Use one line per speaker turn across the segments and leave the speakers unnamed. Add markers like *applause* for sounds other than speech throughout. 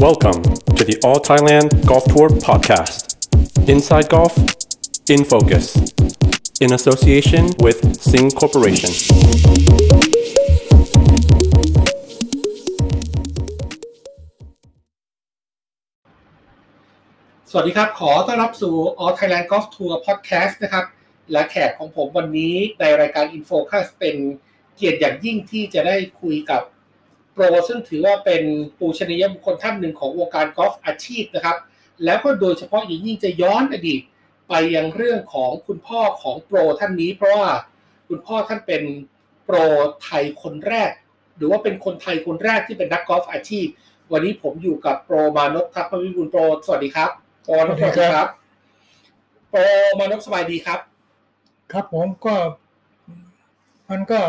Welcome to the All Thailand Golf Tour Podcast. Inside Golf, in focus, in association with Sing Corporation.
สวัสดีครับ ขอต้อนรับสู่ All Thailand Golf Tour Podcast นะครับ และแขกของผมวันนี้ในรายการ InFocus เป็นเกียรติอย่างยิ่งที่จะได้คุยกับโปรซึ่งถือว่าเป็นปูชนียบุคคลท่านหนึ่งของวงการกอล์ฟอาชีพนะครับ แล้วก็โดยเฉพาะอย่างยิ่งจะย้อนอดีตไปยังเรื่องของคุณพ่อของโปรท่านนี้ เพราะว่าคุณพ่อท่านเป็นโปรไทยคนแรก หรือว่าเป็นคนไทยคนแรกที่เป็นนักกอล์ฟอาชีพ วันนี้ผมอยู่กับโปรมานพทัพพวิบูลย์โปรสวัสดีครับ โปรมานพสวัสดีครับ โปรมานพสบายดีครับ
ครับผมก็มันก็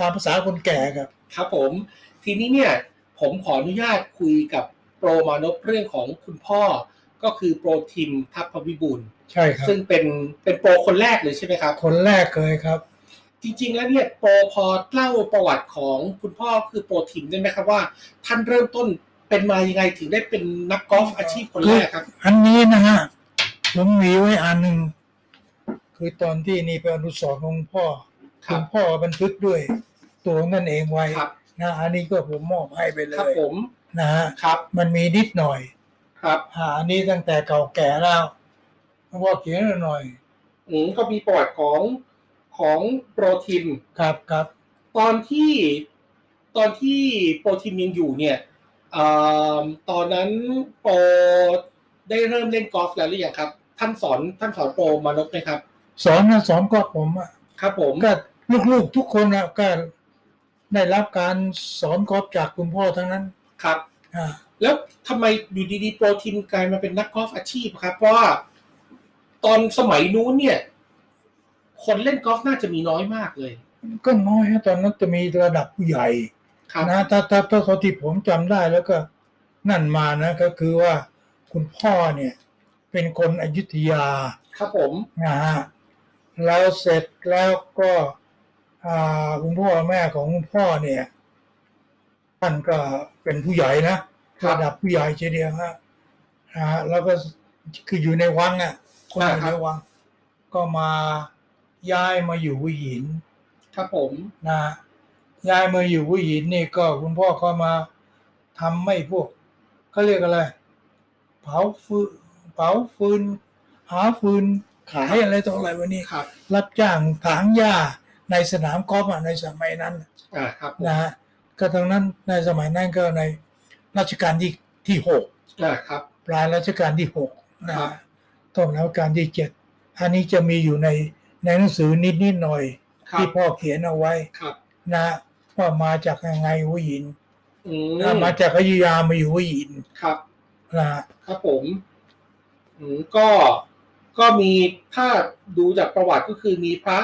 ตามภาษาคนแก่ครับ
ครับผม ทีนี้เนี่ยผมขออนุญาตคุยกับโปรมานพเรื่องของคุณพ่อ ก็คือโปรทิมทัพพวิบูลย์
ใช่ครับ
ซึ่งเป็นเป็นโปรคนแรกเลยใช่ไหมครับ
คนแรกเลยครับ
จริงๆแล้วเนี่ยโปรพอเล่าประวัติของคุณพ่อคือโปรทิมได้ไหมครับว่า ท่านเริ่มต้นเป็นมายังไงถึงได้เป็นนักกอล์ฟอาชีพคนแรกครับ
อันนี้นะฮะผมมีไว้อันหนึ่งคือตอนที่นี่เป็นอนุสรณ์ของพ่อ
ครั
ณ
บ
พ่อบันทึกด้วย ตัวนั่นเองไว้
ครับ
นะอันนี้ก็ผมมอบให้ไปเล
ครับ
ย
ผม
นะฮะ
ครับ
มันมีนิดหน่อย
ครับ
อ่าอันนี้ตั้งแต่เก่าแก่แล้วเพราะว่าเขียนหน่อย
อืมก็มีประวัติของของโปรทิม
ครับครับ
ตอนที่ตอนที่โปรทีมยังอยู่เนี่ยเอิ่มตอนนั้นโปรได้เริ่มเล่นกอล์ฟแล้วหรือยังครับ ท่านสอนท่านสอนโปรมานพไหมครับ
สอนนะสอนก็ผมอะ
ครับผม
ก็ลูกๆทุกคนนะก็ได้รับการสอนกอล์ฟจากคุณพ่อทั้งนั้น
ครับ
อ่า
แล้วทำไมอยู่ดีๆโปรทีมกลายมาเป็นนักกอล์ฟอาชีพครับ เพราะว่าตอนสมัยนู้นเนี่ย คนเล่นกอล์ฟน่าจะมีน้อยมากเลย
ก็น้อยฮะตอนนั้นจะมีระดับผู้ใหญ่
ครับ
นะถ้าถ้าถ้าเขาที่ผมจำได้แล้วก็นั่นมานะก็คือว่าคุณพ่อเนี่ย เป็นคนอยุธยา
ครับผม
นะฮะแล้วเสร็จแล้วก็อ่าคุณพ่อแม่ของคุณพ่อเนี่ยท่านก็เป็นผู้ใหญ่นะ
ครั
ระ
บ
ดับผู้ใหญ่เฉยเดียวฮะนะฮะแล้วก็คืออยู่ในวังอ่ะคนอยู่
อ่าครับ
ในวัง ก็มาย้ายมาอยู่หัวหิน
ครับผม
นะย้ายมาอยู่หัวหินนี่ก็คุณพ่อก็มาทำไม่พวกเขาเรียกอะไร เผาฟืนเผาฟืนหาฟืนขายอะไรต่ออะไรวันนี้
ครับ
รับจ้างถางหญ้าในสนามกอล์ฟอะในสมัยนั้น
อ่าครับผม
นะฮะก็ตรงนั้นในสมัยนั้นก็ในรัชกาลที่ที่หก
อ่าครับ
ปลายรัชกาลที่หกนะครับ ต้นรัชกาลที่เจ็ดอันนี้จะมีอยู่ในในหนังสือนิดนิดๆหน่อย
ครั
ที่
บ
พ่อเขียนเอาไว้
ครับ
นะว่ามาจากยังไงหัวหิน
อื
นะ
ม
มาจากอยุธยามาอยู่หัวหิน
ครับ
นะครับ
ผมอืมก็ก็มีถ้าดูจากประวัติก็คือมีพระ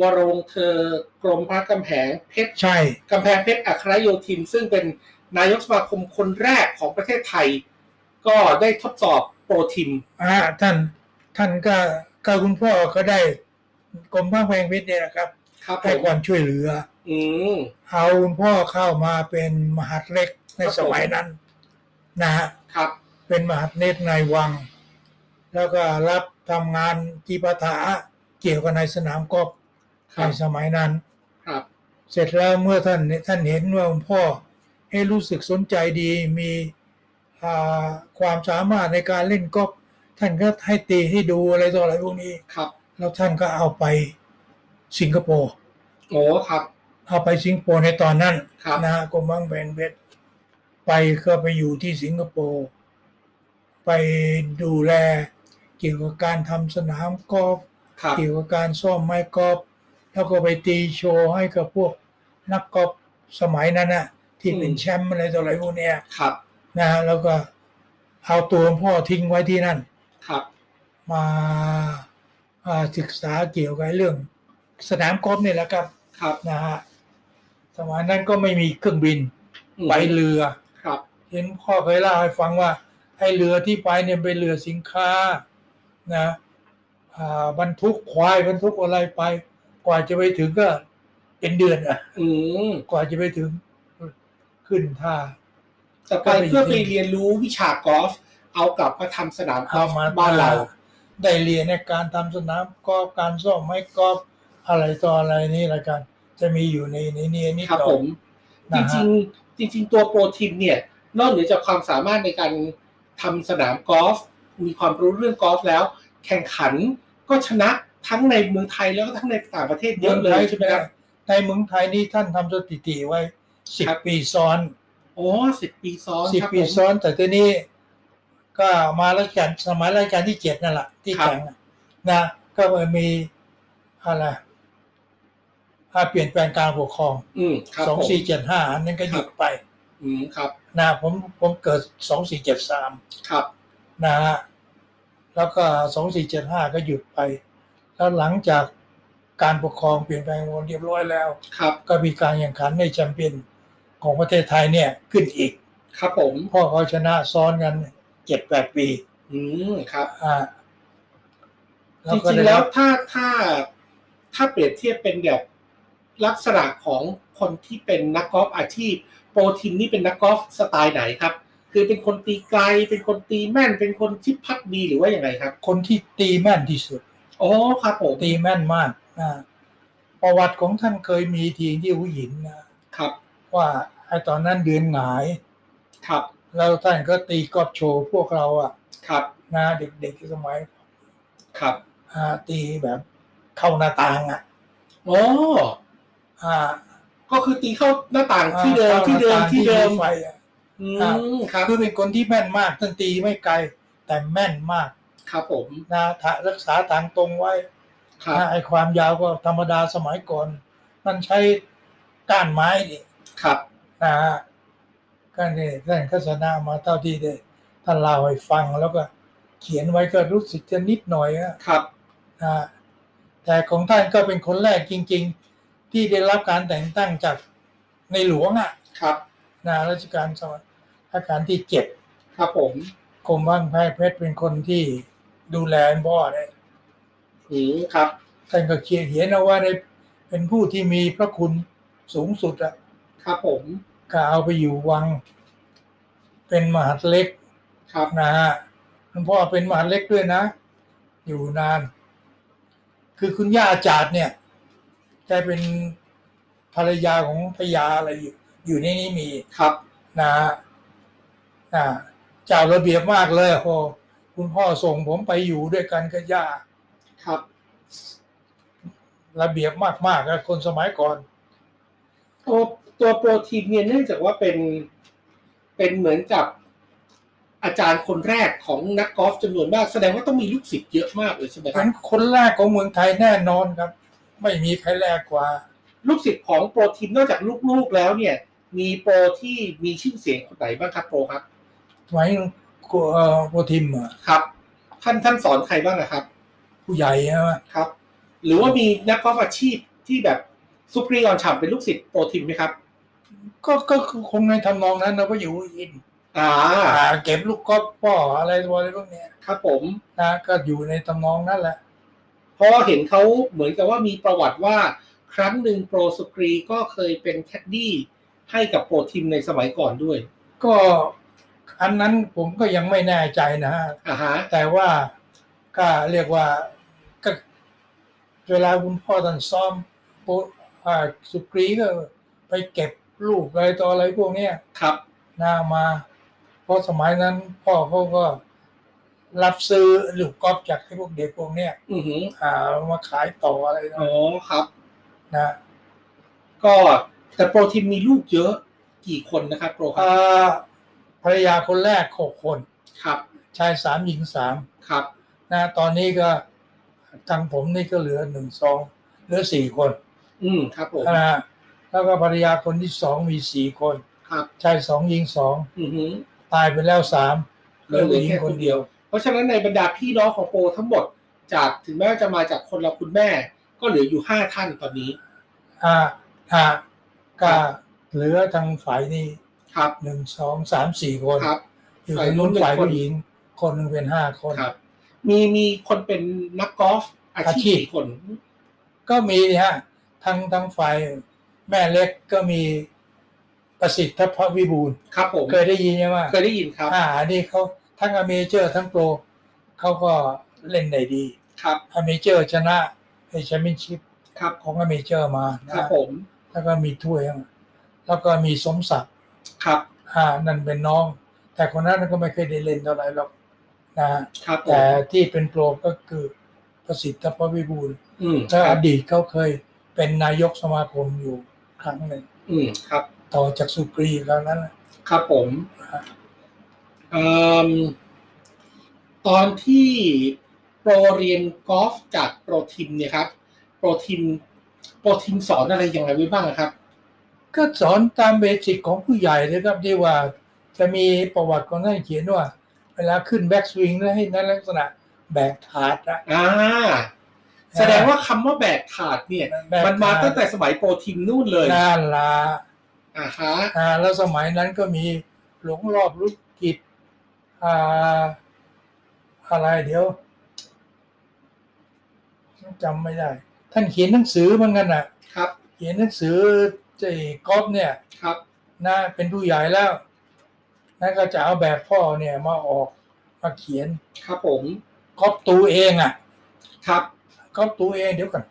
วรงเธอกรมพระกำแพงเพชร
ใช่
กำแพงเพชรอัครโยธิน ซึ่งเป็นนายกสมาคมคนแรกของประเทศไทย ก็ได้ทดสอบโปรทิม
อ่าท่านท่านก็ก็คุณพ่อก็ได้กรมพระแพงเพชรเนี่ยนะครับ
ครับผ
ให้
ม
ความช่วยเหลือ
อืม
เอาคุณพ่อเข้ามาเป็นมหาดเล็กใน
ครับผม
สมัยนั้นนะฮะ
ครับ
เป็นมหาดเนตรนายวัง แล้วก็รับทำงานจีปาถาเกี่ยวกับในสนามกอล์ฟ
ค
ใน
รับ
สมัยนั้น
ครับ
เสร็จแล้วเมื่อท่านท่านเห็นว่าหลวงพ่อให้รู้สึกสนใจดีมีอ่าความสามารถในการเล่นกอล์ฟท่านก็ให้ตีให้ดูอะไรต่ออะไรพวกนี้
ครับ
แล้วท่านก็เอาไปสิงคโปร์
โอ้ครับ
เอาไปสิงคโปร์ในตอนนั้น
ครับ
นะฮะกรมบังแบนเวทไปก็ไปอยู่ที่สิงคโปร์ไปดูแลเกี่ยวกับการทำสนามกอล์ฟ
ครับ
เกี่ยวกับการซ่อมไม้กอล์ฟแล้วก็ไปตีโชว์ให้กับพวกนักกอล์ฟสมัยนั้นนะที่เป็น
อืม
แชมป์อะไรต่ออะไรพวกเนี้ย
ครับ
นะฮะแล้วก็เอาตัวพ่อทิ้งไว้ที่นั่น
ครับ
มาอ่าศึกษาเกี่ยวกับเรื่องสนามกอล์ฟเนี่ยแหละครับ
ครับ
นะฮะสมัยนั้นก็ไม่มีเครื่องบิน
อืม
ไปเรือ
ครับ
เห็นพ่อเคยเล่าให้ฟังว่าไอ้เรือที่ไปเนี่ยเป็นเรือสินค้านะอ่าบรรทุกควายบรรทุกอะไรไป กว่าจะไปถึงก็เป็นเดือนอะ
อืม
กว่าจะไปถึงขึ้นท่า
แต่ไปเพื่อไปเรียนรู้วิชากอล์ฟเอากลับมาทำสนามกอ
เอา
ล์ฟ
มา
บ้านเรา
ได้เรียนในการทำสนามกอล์ฟการซ่อมไม้กอล์ฟอะไรต่ออะไรนี่ละกัน จะมีอยู่ในในนี้นิด
ครับ
หน่อ
ผ
ย
ม จ
นะฮะ
ริงๆจริง ๆ ตัวโปรทีมเนี่ยนอกเหนือจากความสามารถในการทำสนามกอล์ฟมีความรู้เรื่องกอล์ฟแล้ว แข่งขันก็ชนะทั้งในเมืองไทยแล้วก็ทั้งในต่างประเทศเย
เมื
อะ
อง
เล
ไท
ย
ย
ใช่ไหมครับ
ในเมืองไทยนี่ท่านทำสถิติไว้สิบ
ครับ
ปีซ้อน
โอ้สิบปีซ้อน
สิบ
ครับ
ปี
ผม
ซ้อน แต่ที่นี่ก็มาราชการสมัยราชการที่เจ็ดนั่นแหละที่
ครับ
แข่งนะนะก็มีอะไรอ่าเปลี่ยนแปลงการปกครอง
อืมครับ
สอง
ผม
สี่เจ็ดห้าอันนั้นก็หยุดไป
อืมครับ
นะผมผมเกิดสองสี่เจ็ดสาม
ครับ
นะฮะแล้วก็สองสี่เจ็ดห้าก็หยุดไป แล้วหลังจากการปกครองเปลี่ยนแปลงวนเรียบร้อยแล้ว
ครับ
ก็มีการแข่งขันในแชมเปี้ยนของประเทศไทยเนี่ยขึ้นอีก
ครับผม
เพ่อเขาชนะซ้อนกันเจ็ดแปดปี
อืมครับ
อ่า
จริงๆ
ได้
แล้ว
บ
ถ้าถ้าถ้าเปรียบเทียบเป็นแบบลักษณะของคนที่เป็นนักกอล์ฟอาชีพ โปรทินนี่เป็นนักกอล์ฟสไตล์ไหนครับ คือเป็นคนตีไกล เป็นคนตีแม่น เป็นคนที่พัดดีหรือว่าอย่างไรครับ
คนที่ตีแม่นที่สุด
โอ้ครับผม
ตีแม่นมากอ่าประวัติของท่านเคยมีทีมที่หุหยินนะครับ ว่าไอ้ตอนนั้นเดือนหงาย
ครับ
แล้วท่านก็ตีกอบโชว์พวกเราอะ
ครับ
นะเด็กๆสมัย
ครับ
อ่าตีแบบเข้าหน้าต่างอ่ะ
โอ้
อ่า
ก็คือตีเข้าหน้าต่างที่เดิมที่เดิม
ข้าหน้าต่าง
ที่เดิม
ไฟอ่ะ
อืมครับ
คือเป็นคนที่แม่นมากท่านตีไม่ไกล แต่แม่นมาก
ครับผม
นะทะรักษาทางตรงไว้
ครับ
นะไอความยาวก็ธรรมดาสมัยก่อน มันใช้ก้านไม้นี่
ครับ
นะฮะก็นี่ท่านก็สนามาเท่าที่ได้ท่านเล่าให้ฟังแล้วก็เขียนไว้ก็รู้สึกจะนิดหน่อยอะ
ครับ
นะฮะแต่ของท่านก็เป็นคนแรกจริง ๆ ที่ได้รับการแต่งตั้งจากในหลวงอ่ะ
ครับ
นะรัชกาลสมัยรัชกาลที่เจ็ด
ครับผม
กรมบ้านแพทย์เพชรเป็นคนที่ดูแลพ่อเนี่ย
อืมครับ
ท่านก็เขียนเขียนเอาว่าได้เป็นผู้ที่มีพระคุณสูงสุดอ่ะ
ครับผม
ก็เอาไปอยู่วัง เป็นมหาดเล็ก
ครับ
นะฮะคุณพ่อเป็นมหาดเล็กด้วยนะ อยู่นาน คือคุณย่าอาจาดเนี่ยแกเป็นภรรยาของพญาอะไรอยู่ อยู่ในนี้มี
ครับ
นะฮะอ่าเจ้าระเบียบมากเลยโอ้คุณพ่อส่งผมไปอยู่ด้วยกันกับย่า
ครับ
ระเบียบมากๆกับคนสมัยก่อน
ตัวตัวโปรทีนเนี่ยเนื่องจากว่าเป็นเป็นเหมือนกับอาจารย์คนแรกของนักกอล์ฟจำนวนมาก แสดงว่าต้องมีลูกศิษย์เยอะมากเลยใช่ไหมครั
เป็
บ
นคนแรกของเมืองไทยแน่นอนครับ ไม่มีใครแรกกว่า
ลูกศิษย์ของโปรทีมนอกจากลูกๆแล้วเนี่ย มีโปรที่มีชื่อเสียงคนไหนบ้างครับโปรครับ
สมัยโกเอ่อโปรทิมอะ
ครับ ท่านท่านสอนใครบ้างนะครับ
ผู้ใหญ่ใช่ไหม
ครับ หรือว่ามีนักกอล์ฟอาชีพที่แบบซุปรีออนฉ่ำเป็นลูกศิษย์โปรทีมไหมครับ
ก็ก็คงในทำนองนั้นเราก็อยู่อิน
อ่า
อ่าเก็บลูกกอล์ฟป่ออะไรอะไรพวกเนี้ย
ครับผม
นะก็อยู่ในตำนองนั่นแหละ
เพราะเห็นเขาเหมือนกับว่ามีประวัติว่าครั้งหนึ่งโปรสกรีก็เคยเป็นแคดดี้ให้กับโปรทีมในสมัยก่อนด้วย
ก็อันนั้นผมก็ยังไม่แน่ใจนะฮะ
อ่าฮะ
แต่ว่าก็เรียกว่าก็เวลาคุณพ่อท่านซ้อมโปอ่าสุกรีก็ไปเก็บลูกอะไรต่ออะไรพวกเนี้ย
ครับ
นามา เพราะสมัยนั้นพ่อเขาก็รับซื้อลูกกอล์ฟจากไอ้พวกเด็กพวกเนี้ย
อือหือ
อ่าเอามาขายต่ออะไรนะ
อ๋อครับ
นะ
ก็แต่โปรทีมมีลูกเยอะกี่คนนะครับโปรค
เอ่
รับ
อภรรยาคนแรกหกคน
ครับ
ชายสามหญิงสาม
ครับ
นะตอนนี้ก็ทางผมนี่ก็เหลือหนึ่งสองเหลือสี่คน
อืมครับผม
นะฮะแล้วก็ภรรยาคนที่สองมีสี่คน
ครับ
ชายสองหญิงสอง
อือหือ
ตายไปแล้วสาม
เห
เห
ลื
ลือ
อ
ผู้หญิง
แค่
ค
คน
น
เดี
เดี
ย
ยว ว
เพราะฉะนั้นในบรรดาพี่น้องของโปรทั้งหมด จากถึงแม้ว่าจะมาจากคนละคุณแม่ ก็เหลืออยู่ห้าท่านตอนนี้
อ่าอ่าก็เหลือทางฝ่ายนี้
ครับ
หนึ่งสองสามสี่คน
ครับ
อยู่ทางนู้นฝ่ายผู้หญิง คนหนึ่งเป็นห้าคน
ครับ มีมีคนเป็นนักกอล์ฟอา
อาชี
ชีพ
พ
กี่คน
ก็มีนะฮะทางทางฝ่ายแม่เล็กก็มีป ประสิทธิ์พระวิบูลย์
ครับผม
เคยได้ยินใช่ไหม
เคยได้ยินครับ
อ่าอันนี้เขาทั้งอเมเจอร์ทั้งโปรเขาก็เล่นได้ดี
ครับ
อเมเจอร์ชนะไอแชมเปี้ยนชิพ
ครับ
ของอเมเจอร์มานะครับ
ผม
แล้วก็มีถ้วยแล้วก็มีสมศักดิ์
ครับ
อ่านั่นเป็นน้อง แต่คนนั้นก็ไม่เคยได้เล่นเท่าไหร่หรอกนะครับ
ผ
แต่
ม
ที่เป็นโปรก็คือประสิทธิ์พระวิบูลย์
อืมค
ถ้า
รั
อบ ดีตเขาเคยเป็นนายกสมาคมอยู่ครั้งหนึ่ง
อืมครับ
ต่อจากสุกรีครั้งนั้นน่ะ
ครับผม
ฮะ
เอมตอนที่โปรเรียนกอล์ฟจากโปรทีมเนี่ยครับโปรทีมโปรทีมสอนอะไรยังไงไว้บ้างครับ
ก็สอนตามเบสิกของผู้ใหญ่เลยครับที่ว่าจะมีประวัติของท่านเขียนว่า เวลาขึ้นแบ็กสวิงแล้วให้นั้นลักษณะแบกถาดนะ
อ่า แสดงว่าคำว่าแบกถาดเนี่ย
แบก
มันมา
ถด
ตั้งแต่สมัยโปรทีมนู่นเลย
น่าละ
อ่าฮะ
อ่าแล้วสมัยนั้นก็มีหลงรอบรุกกิจอ่าอะไรเดี๋ยวจำไม่ได้ ท่านเขียนหนังสือเหมือนกันน่ะ
ครับ
เขียนหนังสือไอ้กอล์ฟเนี่ย
ครับ
นะเป็นผู้ใหญ่แล้วนะก็จะเอาแบบพ่อเนี่ยมาออกมาเขียน
ครับผม
กอล์ฟตูเองอ่ะ
ครับ
กอล์ฟตูเองเดี๋ยวก่อน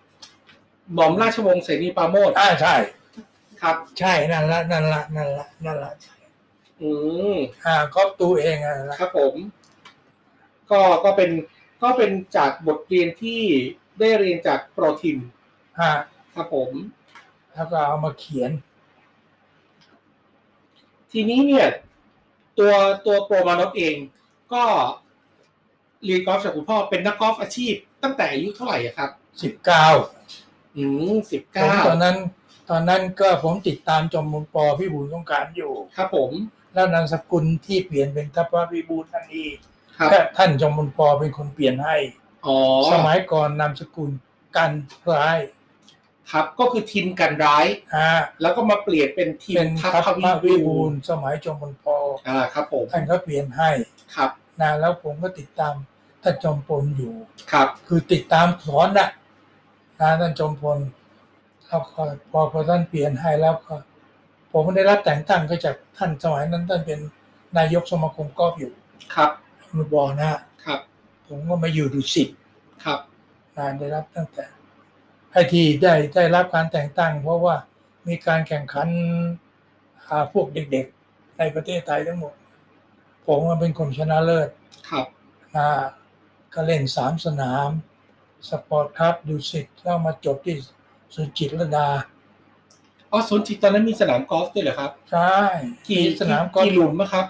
หม่อมราชวงศ์เสนีปราโมช
อ่าใช่
ครับ
ใช่นั่นละนั่นละนั่นละนั่นละ
อืม
อ่ากอล์ฟตูเองอ่ะนั่นละ
ครับผมก็ก็เป็นก็เป็นจากบทเรียนที่ได้เรียนจากโปรทีม
อ่า
ครับผม
แล้วก็เอามาเขียน
ทีนี้เนี่ยตัวตัวโปรมานพเองก็เรียนกอล์ฟจากคุณพ่อเป็นนักกอล์ฟอาชีพ ตั้งแต่อายุเท่าไหร่อะครับ
สิบเก้า
อืมสิบ
ผม
เก้า
ตอนนั้น ตอนนั้นก็ผมติดตามจอมมุนปอพี่บุญสงกรารอยู่
ครับผม
แล้วนามสกุลที่เปลี่ยนเป็นทัพพระพิบูลท่านนี้
ครับ
ท่านจอมมุนปอเป็นคนเปลี่ยนให้
อ๋อ
สมัยก่อนนามสกุลกันร้าย
ครับ ก็คือทีมกันร้าย
อ่า
แล้วก็มาเปลี่ยนเป็นทีม
เป็น
ทัพ
ทัพ
พ
พระ
วิ
วิ
บู
บู
ล
ล
ย์
ย์สมัยจอมพลปอ
อ่าครับผม
ท่านก็เปลี่ยนให้
ครับ
นะแล้วผมก็ติดตามท่านจอมพลอยู่
ครับ
คือติดตามสอนนะนะท่านจอมพลแล้วก็พอพอท่านเปลี่ยนให้แล้วก็ ผมได้รับแต่งตั้งก็จากท่านสมัยนั้นท่านเป็นนายกสมาคมกอล์ฟอยู่
ครับ
มุบอลนะครับผมก็มาอยู่ดุสิต
ครับ
นานได้รับตั้งแต่ไอ้ที่ได้ได้รับการแต่งตั้ง เพราะว่ามีการแข่งขันหาพวกเด็กๆ ในประเทศไทยทั้งหมด ผมมันเป็นคนชนะเลิศ
ครับ
อ่าก็เล่นสามสนาม สปอร์ตครับดูสิตแล้วมาจบที่สุจิตรลดา
อ๋อสวนจิตตอนนั้นมีสนามกอล์ฟด้วยเหรอครับ
ใช่
กี่
มีสนามกอล์
กี่หลุมนะครับ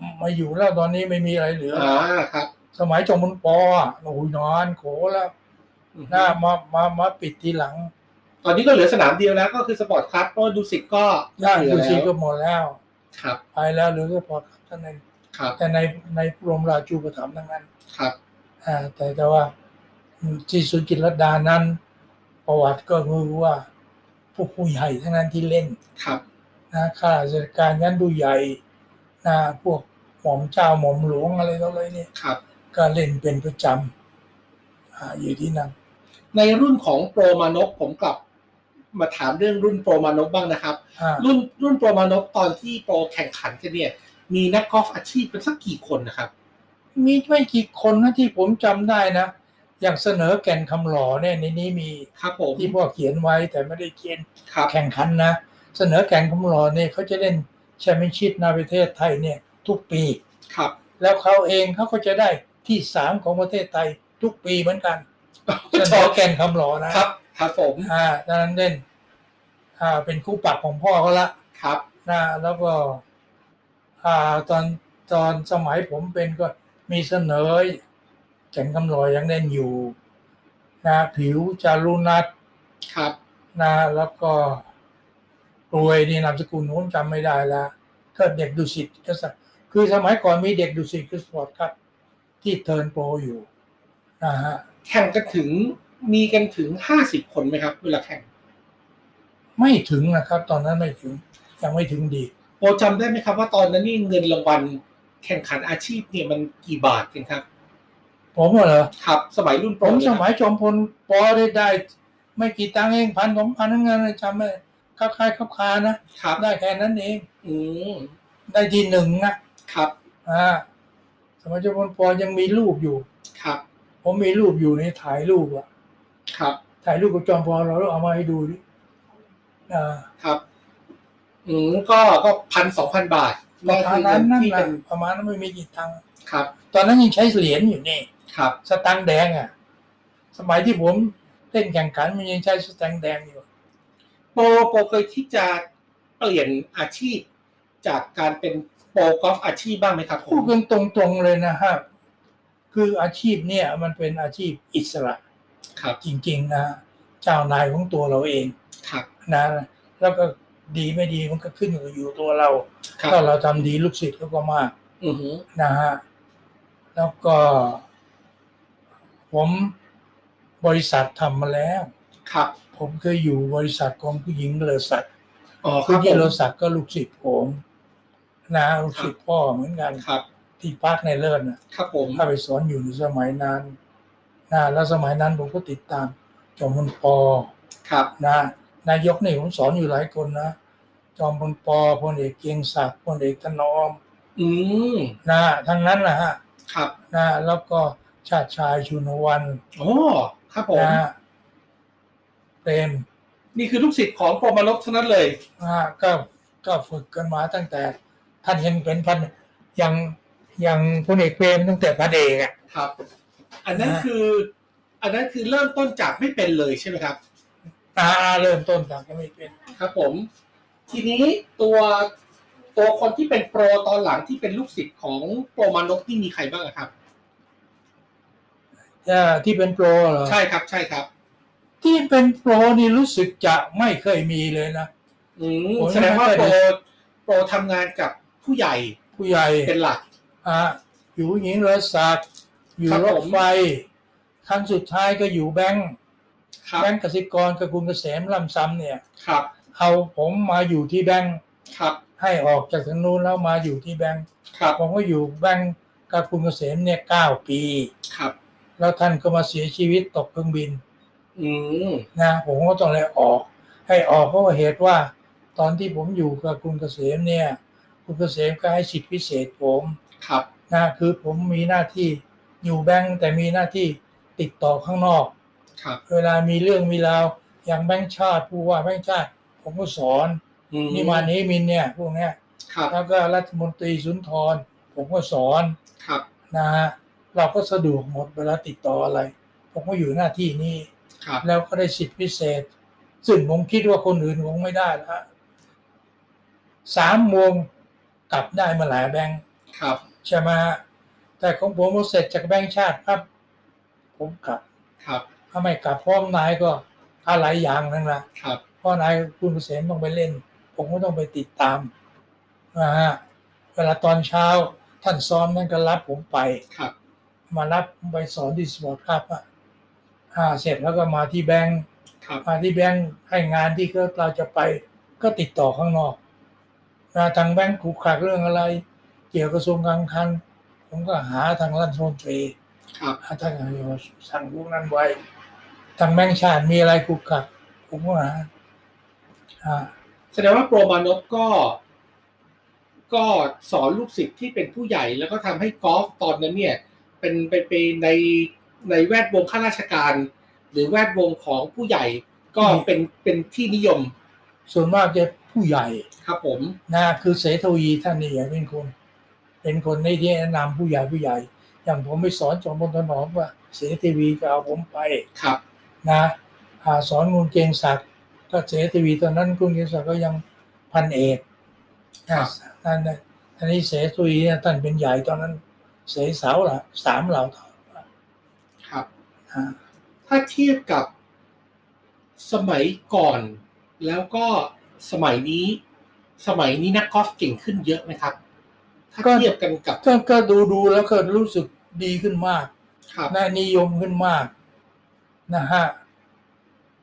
ฟมาอยู่แล้วตอนนี้ไม่มีอะไรเหลือ
อ่าครับ
สมัยจงมุนปออ่ะโอ้ยนอนโขแล้ว
อือฮึ
หน้ามามามาปิดทีหลัง
ตอนนี้ก็เหลือสนามเดียวแล้วก็คือสปอร์ตครับเพราะว่าดูสิตก็
หน้า
เหลือ
ดู
แล้
สิตก็
ว
หมดแล้ว
ครับ
ไปแล้วหรือก็พอครับท่านใน
ครับ
แต่ในในรมราชูปถัมภ์ทั้งนั้น
ครับ
อ่าแต่แต่ว่าที่สุจิตรลดานั้น ประวัติก็คือว่าผู้ผู้ใหญ่ทั้งนั้นที่เล่น
ครับ
นะข้าราชการยันดูใหญ่นะพวกหม่อมเจ้าหม่อมหลวงอะไรต่ออะไรเนี่ย
ครับ
ก็เล่นเป็นประจำอ่าอยู่ที่นั่น
ในรุ่นของโปรมานพผมกลับ มาถามเรื่องรุ่นโปรมานพบ้างนะครับ
อ่า
รุ่นรุ่นโปรมานพตอนที่โปรแข่งขันกันเนี่ย มีนักกอล์ฟอาชีพเป็นสักกี่คนนะครับ
มีไม่กี่คนนะที่ผมจำได้นะ อย่างเสนอแก่นคำหล่อเนี่ยในนี้มี
ครับผม
ที่พ่อเขียนไว้แต่ไม่ได้เขียน
ครับ
แข่งขันนะ เสนอแข่งคำรอเนี่ยเขาจะเล่นแชมเปี้ยนชิพในประเทศไทยเนี่ยทุกปี
ครับ
แล้วเขาเองเขาก็จะได้ที่สามของประเทศไทยทุกปีเหมือนกัน เสนอแข่งคำรอนะครับ
ครับผม
อ่าดังนั้นเล่นอ่าเป็นคู่ปรับของพ่อเขาละ
ครับ
นะแล้วก็อ่าตอนตอนสมัยผมเป็นก็มีเสนอแข่งคำรอยังเล่นอยู่นะผิวจารุนัท
ครับ
นะแล้วก็รวยนี่นามสกุลผมจำไม่ได้ละก็เด็กดุสิตก็สะคือสมัยก่อนมีเด็กดุสิตคือสปอร์ตครับ ที่เทิร์นโปรอยู่นะฮะ
แข่งกันถึงมีกันถึงห้าสิบคนไหมครับ เวลาแข่ง
ไม่ถึงนะครับ ตอนนั้นไม่ถึงยังไม่ถึงดี
โปรจำได้ไหมครับว่าตอนนั้นนี่เงินรางวัลแข่งขันอาชีพเนี่ยมันกี่บาทกันครับ
ผมเหรอ
ครับ สมัยรุ่นโป
ผ
ร
ม
นะ
สมัยจอมพลปอได้ได้ ไม่กี่ตังค์เองพันสองพันนั่นเงินจำไม่ค คับคล้ายคับคานะครับ ได้แค่นั้นเอง
อืม
ได้ที่หนึ่งนะครับ อ่าสมัยจพลปอยังมีรูปอยู่
ครับ
ผมมีรูปอยู่ในถ่ายรูปอะ
ครับ
ถ่ายรูปกับจอมพลเราแล้วเอามาให้ดูดิอ่า
ครับ อืมก็ ก็พันสองพันบาท
ประมาณนั้นนั่น
ที่
แห
เป็
ละ
น
ประมาณนั้นไม่มีกี่ตังค์
ครับ
ตอนนั้นยังใช้เหรียญอยู่นี่
ครับ
สตังค์แดงอ่ะ สมัยที่ผมเล่นแข่งขันมันยังใช้สตังค์แดงอยู่
โปรโปรเคยที่จะเปลี่ยนอาชีพ จากการเป็นโปรกอล์ฟอาชีพบ้างไหมครับผ
พูด
ม
กันตรงๆเลยนะฮะคืออาชีพเนี่ย มันเป็นอาชีพอิสระ
ครับ
จริง ๆ นะเจ้านายของตัวเราเอง
ครับ
นะแล้วก็ดีไม่ดีมันก็ขึ้นอยู่ตัวเรา
ครับ
ถ้าเราทำดีลูกศิษย์เขาก็มาก
อือหือ
นะฮะ แล้วก็ ผมบริษัททำมาแล้ว
ครับ
ผมเคยอยู่บริษัทของผู้หญิงเลอศักดิ์
อ๋อค
ผู้
รับ
ห
ผ
ญิง
ม
เลอศักดิ์ก็ลูกศิษย์ผมนะลูกศิษย์พ่อเหมือนกัน
ครับ
ที่พักในเลิศนะครับ
ผม
ถ้าไปสอนอยู่ในสมัยนั้นนะแล้วสมัยนั้นผมก็ติดตามจอมพลปอ
ครับ
นะนายกนี่ผมสอนอยู่หลายคนนะจอมพลปอพลเอกเกรียงศักดิ์พลเอกถนอม
อืม
นะทั้งนั้นแหละฮะ
ครับ
นะแล้วก็ชาติชายชุนวัน
อ๋อ ครับผม
นะเปรม
นี่คือลูกศิษย์ของโปรมาลบเท่านั้นเลย
นะก็ก็ฝึกกันมาตั้งแต่ ท่านยังเป็นพันยังยังพลเอกเปรมตั้งแต่พันเอกอ่ะ
ครับ อันนั้น
อ่า
คือ อันนั้นคือเริ่มต้นจากไม่เป็นเลยใช่ไหมครับ
อาเริ่มต้นจากก็ไม่เป็น
ครับผม ทีนี้ตัวตัวคนที่เป็นโปรตอนหลังที่เป็นลูกศิษย์ของโปรมานกที่มีใครบ้างอะครับ
เอ่อที่เป็นโปรเหรอ
ใช่ครับ ใช่ครับ
ที่เป็นโปรนี่รู้สึกจะไม่เคยมีเลยนะ
อืม
โอ้ย
แสดงว่า
ไม่
โป
ค่
ร
อยได้
โปรทำงานกับผู้ใหญ่
ผู้ใหญ่
เป็นหลัก
อ่ะอยู่หญิงเรือศักดิ์อยู่
ครับ
รถ
ผม
ไฟครั้งสุดท้ายก็อยู่แบงค์
ครับ
แบงค์กสิกรกับคุณเกษมลำซ้ำเนี่ย
ครับ
เอาผมมาอยู่ที่แบงค์
ครับ
ให้ออกจากทางนู้นแล้วมาอยู่ที่แบงค์
ครับ
ผมก็อยู่แบงค์กับคุณเกษมเนี่ยเก้าปี
ครับ
แล้วท่านก็มาเสียชีวิตตกเครื่องบิน
อืม
นะผมก็ต้องเลยออก ให้ออกเพราะว่าเหตุว่า ตอนที่ผมอยู่กับคุณเกษมเนี่ย คุณเกษมก็ให้สิทธิพิเศษผม
ครับ
นะคือผมมีหน้าที่อยู่แบงค์แต่มีหน้าที่ติดต่อข้างนอก
ครับ
เวลามีเรื่องมีราวอย่างแบงค์ชาติผู้ว่าแบงค์ชาติ ผมก็สอน
อืม
นิมานเฮมินเนี่ยพวกเนี้ย
ครับ
แล้วก็รัฐมนตรีสุนทร ผมก็สอน
ครับ
นะฮะเราก็สะดวกหมดเวลาติดต่ออะไร ผมก็อยู่หน้าที่นี้
ครับ
แล้วก็ได้สิทธิพิเศษ ซึ่งผมคิดว่าคนอื่นคงไม่ได้ละสามโมงกลับได้มาหลายแบงค์
ครับ
ใช่ไหมฮะแต่ของผมพอเสร็จจากแบงค์ชาติครับ ผมกลับ
ครับ
ถ้าไม่กลับพร้อมนายก็อะไรอย่างนั่นละ
ครับ
เพราะนายคุณเกษมต้องไปเล่น ผมก็ต้องไปติดตามนะฮะเวลาตอนเช้าท่านซ้อมนั่นก็รับผมไป
ครับ
มารับผมไปสอนที่สปอร์ตครับอะอ่าเสร็จแล้วก็มาที่แบงค์
ครับ
มาที่แบงค์ให้งานที่เราจะไปก็ติดต่อข้างนอกนะทางแบงค์ขูกขักเรื่องอะไร เกี่ยวกับกระทรวงการคลังผมก็หาทางรัฐมนตรี
ครับ
ถ้าท่านอยสั่งพวกนั้นไว้ทางแม่งชาติมีอะไรกุกกักผมก็หาอ่า
แสดงว่าโปรมานพก็ ก็สอนลูกศิษย์ที่เป็นผู้ใหญ่ แล้วก็ทำให้กอล์ฟตอนนั้นเนี่ย เป็นเป็นเป็นในในแวดวงข้าราชการ หรือแวดวงของผู้ใหญ่ ก็เป็นเป็นที่นิยม
ส่วนมากจะผู้ใหญ่
ครับผม
นะคือเสถวีท่านนี่เป็นคน เป็นคนในที่แนะนำผู้ใหญ่ผู้ใหญ่ อย่างผมไปสอนจอมพลถนอมว่า เสถวีก็เอาผมไป
ครับ
นะอ่าสอนคุณเกรียงศักดิ์ก็เสถวีตอนนั้นคุณเกรียงศักดิ์ก็ยังพันเอก
ครั
นะ
บ
นั่นนะอันนี้เสถวีเนี่ยท่านเป็นใหญ่ตอนนั้นเสสาวละสามเหล่าทัพ
ครับ
อ่า
ถ้าเทียบกับสมัยก่อน แล้วก็สมัยนี้ สมัยนี้นักกอล์ฟเก่งขึ้นเยอะไหมครับ ถ้า
ก็
เทียบกันกับ
ก็ก็ดูดูแล้วก็รู้สึกดีขึ้นมาก
ครับ
น่านิยมขึ้นมากนะฮะ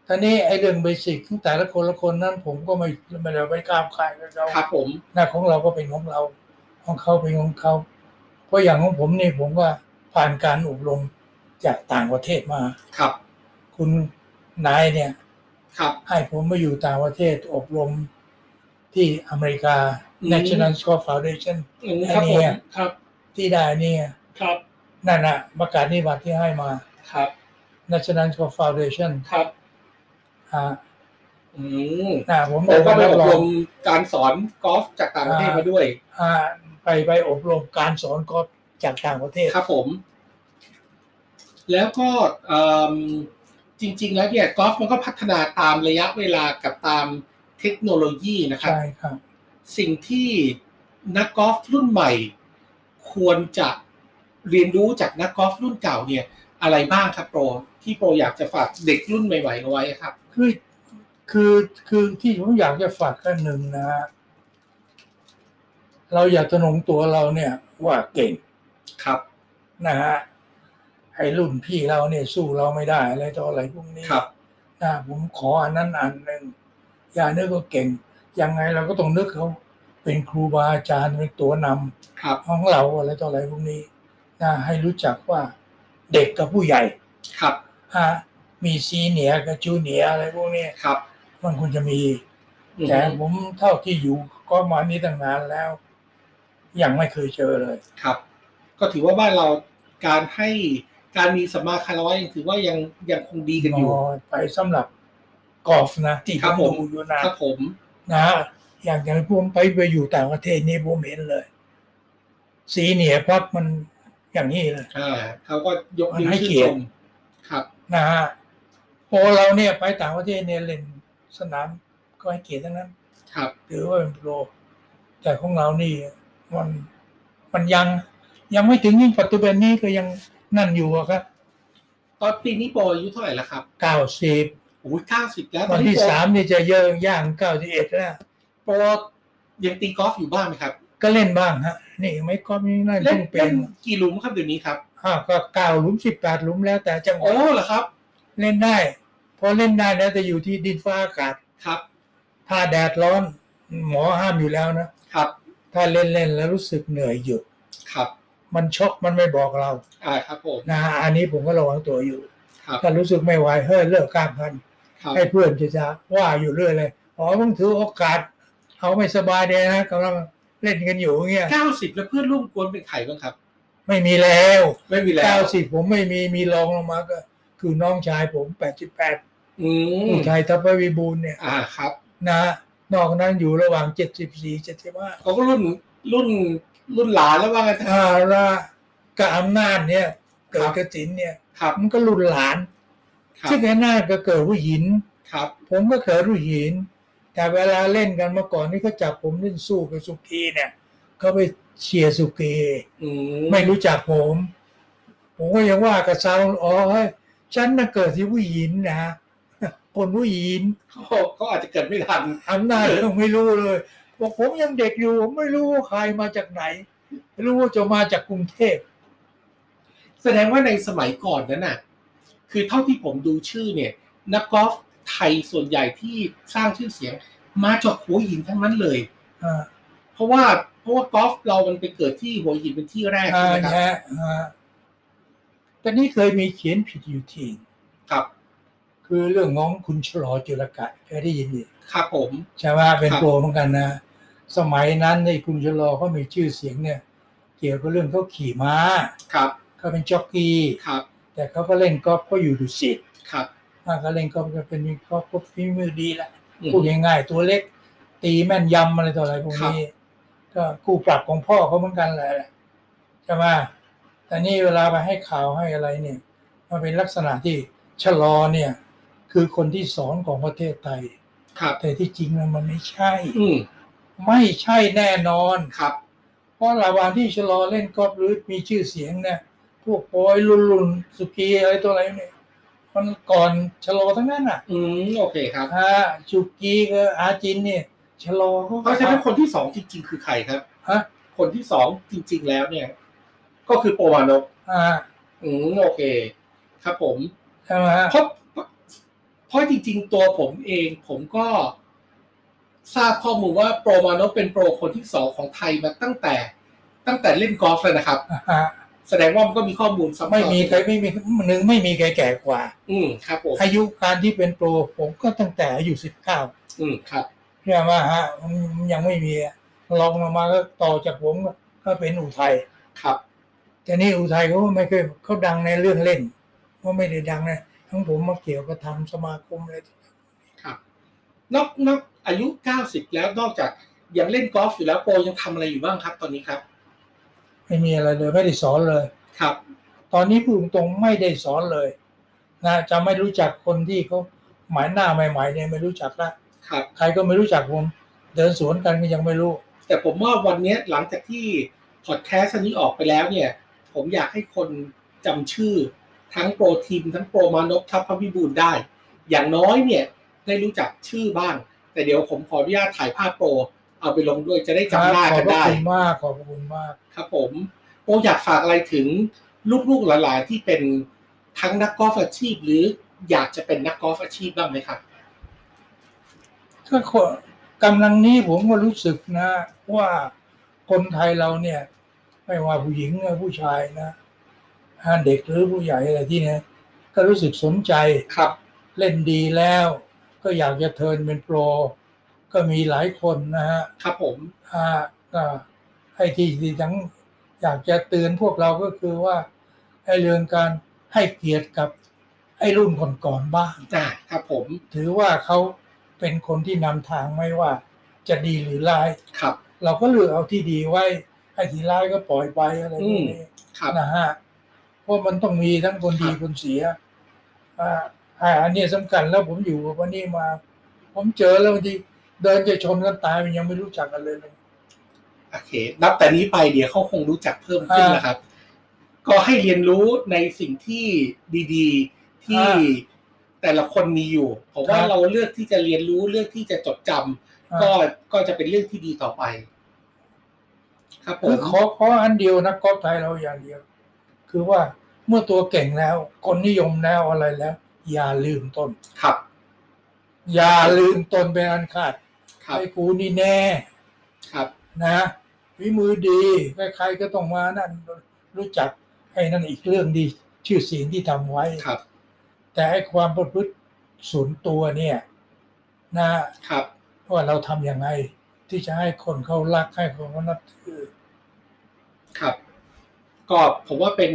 ตอนนี้ไอ้เรื่องเบสิกของแต่ละคนละคนนั้นผมก็ไม่ไม่ได้ไปก้าวใครกับเขา
ครับผม
หน้าของเราก็เป็นของเรา ของเขาเป็นของเขา เพราะอย่างของผมนี่ผมว่าผ่านการอบรมจากต่างประเทศมา
ครับ
คุณนายเนี่ย
ครับ
ให้ผมมาอยู่ต่างประเทศอบรมที่อเมริกา
อืม
National Score Foundation
อืมครับผมครับ
ที่ได้เนี่ย
ครับ
นั่นน่ะประกาศนิยบัตรที่ให้มา
ครับ
National Score Foundation
ครับ
อ่า
อืม
น่ะผม
ผ
ได้
มก็ไป
รั
อ
บบรอ
รง มการสอนกอล์ฟจากต่างประเทศมาด้วย
อ่าไปไปอบรมการสอนกอล์ฟจากต่างประเทศ
ครับผม แล้วก็เอิ่มจริง ๆ แล้วเนี่ยกอล์ฟมันก็พัฒนาตามระยะเวลากับตามเทคโนโลยีนะครับ
ใช่ครับ
สิ่งที่นักกอล์ฟรุ่นใหม่ ควรจะเรียนรู้จากนักกอล์ฟรุ่นเก่าเนี่ย อะไรบ้างครับโปร ที่โปรอยากจะฝากเด็กรุ่นใหม่ๆเอาไว้ครับ
คือคือคือที่ผมอยากจะฝากกันหนึ่งนะฮะเราอย่าตนงตัวเราเนี่ยว่าเก่ง
ครับ
นะฮะไอ้รุ่นพี่เราเนี่ยสู้เราไม่ได้อะไรต่ออะไรพวกนี้
ครับ
นะผมขออันนั้นอันหนึ่งอย่านึกว่าเก่งยังไงเราก็ต้องนึกเขาเป็นครูบาอาจารย์เป็นตัวนำ
ครับ
ของเราอะไรต่ออะไรพวกนี้นะให้รู้จักว่าเด็กกับผู้ใหญ่
ครับ
ฮะมีซีเนียร์กับจูเนียร์อะไรพวกนี้
ครับ
มันควรจะมี
อืม
แต่ผมเท่าที่อยู่ก็มานี่ตั้งนานแล้ว ยังไม่เคยเจอเลย
ครับ ก็ถือว่าบ้านเราการให้การมีสัมมาคารวะยังถือว่ายังยังคงดีกันอยู่
ไปสำหรับกอล์ฟนะที่
ครับ
ผม
ผม
ดูอยู่นะครับ
ผม
นะอย่างอย่างผมไปไปอยู่ต่างประเทศนี่ผมเห็นเลย สีเหนียพับมันอย่างนี้เลย
อ่าเขาก็ยกนิ้ว
ให้
ชื่น
เกีย
ช
รติ
มครับ
นะฮะพอเราเนี่ยไปต่างประเทศเนี่ยเล่นสนามก็ให้เกียรติทั้งนั้น
ครับ
ถือว่าเป็นโปร แต่ของเรานี่มันมันยัง ยังไม่ถึงยิ่งปัจจุบันนี้ก็ยังนั่นอยู่อะครับ
ตอนปีนี้โปรอายุเท่าไหร่แล้วครับ
เก้าสิบ
โอ้ยเก้าสิบแล้ว
วันที่
โปร
สามนี่จะเยอะย่างเก้าสิบเอ็ดแล้ว
โปรยังตีกอล์ฟอยู่บ้างไหมครับ
ก็เล่นบ้างฮะ นี่ไม่ก็มีนั่น
เล่น
เพิ่งเป็
เล่
น
นกี่หลุมครับเดี๋ยวนี้ครับ
อ้าวก็เก้าหลุมสิบแปดหลุมแล้วแต่จังหวะ
โอ้เหรอครับ
เล่นได้ พอเล่นได้แล้วจะอยู่ที่ดินฟ้าอากาศ
ครับ
ถ้าแดดร้อนหมอห้ามอยู่แล้วนะ
ครับ
ถ้าเล่นเล่นแล้วรู้สึกเหนื่อยหยุด
ครับ
มันช็อกมันไม่บอกเรา
อ่าครับผม
นะฮะอันนี้ผมก็ระวังตัวอยู่
ครับ
ถ้ารู้สึกไม่ไหวเฮ้ยเลิกกล้ามพัน
ครับ
ให้เพื่อนจะจะว่าอยู่เรื่อยเลย อ๋อมึงถือโอกาสเขาไม่สบายเลยนะกำลังเล่นกันอยู่เงี้ย
เก้าสิบแล้วเพื่อนร่วมกวนเป็นใครบ้างครับ
ไม่มีแล้ว
ไม่มีแล้ว
เก้าสิบผมไม่มีมีรองลงมาก็ คือน้องชายผมแปดสิบแปด
อืม
อุทัยทัพพวิบูลย์เนี่ย
อ่าครับ
นะ นอกนั้นอยู่ระหว่างเจ็ดสิบสี่เจ็ดสิบห้า
เขาก็รุ่นรุ่นรุ่นหลานแล้วว่ากันเถอะ
อาระกับอำนาจเนี่ย เกิดกระสินเนี่ย
ครับ
มันก็รุ่นหลาน
ครั
ซึ่
บ
งอำนาจก็เกิดผู้หญิน
ครับ
ผมก็เขินรู้หิน แต่เวลาเล่นกันเมื่อก่อนนี่เขาจับผมเล่นสู้กับสุกีเนี่ยเขาไปเชียร์สุกี
อืม
ไม่รู้จักผม ผมก็ยังว่ากับซาวอ๋อเฮ้ยฉันน่ะเกิดที่ผู้หญิงนะ *laughs* คนผู้หญิง
เขาเขาอาจจะเกิดไม่ทัน
อำนาจก็ไม่รู้เลยบอกผมยังเด็กอยู่ผมไม่รู้ว่าใครมาจากไหน รู้ว่าจะมาจากกรุงเทพ
แสดงว่าในสมัยก่อนนั้นน่ะ คือเท่าที่ผมดูชื่อเนี่ย นักกอล์ฟไทยส่วนใหญ่ที่สร้างชื่อเสียง มาจากหัวหินทั้งนั้นเลย
อ่า
เพราะว่าเพราะว่ากอล์ฟเรามันไปเกิดที่หัวหินเป็นที่แรก
อ่า
ใช่ไหมครับ
แย่อ่าแต่นี่เคยมีเขียนผิดอยู่ทีหนึ่ง
ครับ
คือเรื่องของคุณชลอจุลกะเคยได้ยินดิ
ครับผม
ใช่ไหมเป็น
ครับ
โปรเหมือนกันนะ สมัยนั้นในคุณชลอเขามีชื่อเสียงเนี่ย เกี่ยวกับเรื่องเขาขี่ม้า
ครับ
เขาเป็นจ็อกกี้
ครับ
แต่เขาก็เล่นกอล์ฟก็อยู่ดุสิต
ครับ
มาก็เล่นกอล์ฟก็เป็นกอล์ฟก็ฝีมือดีแหละ
อืม
พูดง่ายๆตัวเล็ก ตีแม่นยำอะไรต่ออะไรพวกนี้ ก็คู่ปรับของพ่อเขาเหมือนกันแหละใช่ไหมแต่นี่เวลาไปให้ข่าวให้อะไรเนี่ย มันเป็นลักษณะที่ชลอเนี่ย คือคนที่สอนของประเทศไทย
ครับ
แต่ที่จริงแล้วมันไม่ใช่
อืม
ไม่ใช่แน่นอน
ครับ
เพราะระหว่างที่ชะลอเล่นกอล์ฟหรือมีชื่อเสียงเนี่ย พวกโอยลุนลุนสุกีอะไรตัวอะไรเนี่ยมันก่อนชะลอทั้งนั้นอ่ะ
อืมโอเคครับ
ฮะสุกีกับอาจินเนี่ยชะลอเขา
เพราะฉะนั้นคนที่สองจริง ๆ คือใครครับ
ฮะ
คนที่สองจริง ๆ แล้วเนี่ย ก็คือโปรวานก
อ่า
อืมโอเค ครับผม
ใช่ไหมฮะ
เพราะเพราะจริง ๆ ตัวผมเองผมก็ ทราบข้อมูลว่าโปรมาโนเป็นโปรคนที่สองของไทยมาตั้งแต่ ตั้งแต่เล่นกอล์ฟแล้วนะครับ
ฮะ
แสดงว่ามันก็มีข้อมูลซ้ำซ้อน
ไม่มีใครไม่มีหนึ่งไม่มีใครแก่กว่า
อืมครับผม
อายุการที่เป็นโปรผมก็ตั้งแต่อายุสิบเก้า
อืมครับ
เรียกว่าฮะมันยังไม่มีลองลงมาก็ต่อจากผมก็เป็นอุทัย
ครับ
แต่นี่อุทัยเขาไม่เคยเขาดังในเรื่องเล่นว่าไม่ได้ดังนะทั้งผมมาเกี่ยวกับทำสมาคมอะไร
ครับ นอกนอกอายุเก้าสิบแล้วนอกจากยังเล่นกอล์ฟอยู่แล้วโปรยังทำอะไรอยู่บ้างครับ ตอนนี้ครับ
ไม่มีอะไรเลยไม่ได้สอนเลย
ครับ
ตอนนี้พูดตรงๆไม่ได้สอนเลยนะจะไม่รู้จักคนที่เขาหมายหน้าใหม่ๆเนี่ยไม่รู้จักละ
ครับ
ใครก็ไม่รู้จักผมเดินสวนกันก็ยังไม่รู้
แต่ผมว่าวันเนี้ยหลังจากที่พอดแคสต์อันนี้ออกไปแล้วเนี่ย ผมอยากให้คนจำชื่อทั้งโปรทีม ทั้งโปรมานพทัพพระวิบูลย์ได้ อย่างน้อยเนี่ยได้รู้จักชื่อบ้าง แต่เดี๋ยวผมขออนุญาตถ่ายภาพโปร เอาไปลงด้วยจะได้จำหน้ากัน
ขอบพระ
ได้
คุณมากขอบพระคุณมาก
ครับผมโออยากฝากอะไรถึงลูกๆหลานๆที่เป็นทั้งนักกอล์ฟอาชีพ หรืออยากจะเป็นนักกอล์ฟอาชีพบ้างไหมครับ
ก็คนกำลังนี้ผมก็รู้สึกนะ ว่าคนไทยเราเนี่ย ไม่ว่าผู้หญิงหรือผู้ชายนะอ่าเด็กหรือผู้ใหญ่อะไรที่เนี่ยก็รู้สึกสนใจ
ครับ
เล่นดีแล้ว ก็อยากจะเทิร์นเป็นโปร ก็มีหลายคนนะฮะ
ครับผม
อ่าก็ให้ที่ที่ทั้งอยากจะเตือนพวกเราก็คือว่าให้เรื่องการให้เกียรติกับไอ้รุ่นก่อนๆบ้าง
อ่าครับผม
ถือว่าเขาเป็นคนที่นำทางไม่ว่าจะดีหรือร้าย
ครับ
เราก็เลือกเอาที่ดีไว้ไอ้ที่ร้ายก็ปล่อยไปอะไรพวกนี้
ครับ
นะฮะเพราะมันต้องมีทั้งคนดี
ครับ
คนเสียอ่าอ่าอันนี้สำคัญแล้วผมอยู่กับวันนี้มา ผมเจอแล้วบางทีเดินจะชนกันตายมันยังไม่รู้จักกันเลยเลย
โอเค นับแต่นี้ไปเดี๋ยวเขาคงรู้จักเพิ่มขึ้นนะครับ ก็ให้เรียนรู้ในสิ่งที่ดีๆ ที่แต่ละคนมีอยู่ผมว่าเราเลือกที่จะเรียนรู้เลือกที่จะจดจำ
อ่า
ก็ก็จะเป็นเรื่องที่ดีต่อไป ครับผ
คือ
ม
ขอขออันเดียวนะกอล์ฟไทยเราอย่างเดียว คือว่าเมื่อตัวเก่งแล้ว คนนิยมแล้วอะไรแล้ว อย่าลืมต้น
ครับ
อย่าลืมตนเป็นอันขาด
ครับ
ไอ้กูนี่แน่
ครับ
นะฝีมือดีใครๆก็ต้องมานั่นรู้จักไอ้นั่นอีกเรื่องดีชื่อเสียงที่ทำไว้
ครับ
แต่ไอ้ความประพฤติส่วนตัวเนี่ยนะครับ ว่าเราทำยังไง ที่จะให้คนเขารักให้คนเขานับถือ
ครับ ก็ผมว่าเป็น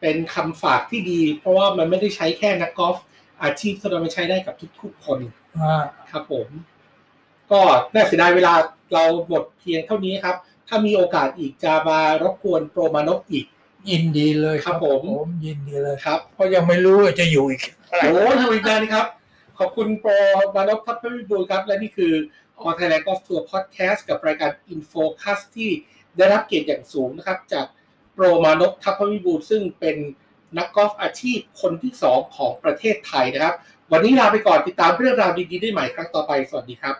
เป็นคำฝากที่ดี เพราะว่ามันไม่ได้ใช้แค่นักกอล์ฟอาชีพเท่านั้นมันใช้ได้กับทุกๆคน
อ่า
ครับผม ก็น่าเสียดายเวลาเราหมดเพียงเท่านี้ครับ ถ้ามีโอกาสอีกจะมารบกวนโปรมานพอีก
ยินดีเลย
ครับผม
ยินดีเลย
ครับ
เพราะยังไม่รู้ว่าจะอยู่อีก
โอ้ยอยู่อีกนานครับ ขอบคุณโปรมานพทัพพิบูลย์ครับ และนี่คือออนไทยแลนด์กอล์ฟทัวร์พอดแคสต์กับรายการ i n f o c u s ที่ได้รับเกียรติอย่างสูงนะครับ จากโปรมานพทัพพิบูลย์ซึ่งเป็นนักกอล์ฟอาชีพคนที่สองของประเทศไทยนะครับ วันนี้ลาไปก่อนติดตามเรื่องราวดีๆได้ใหม่ครั้งต่อไปสวัสดีครับ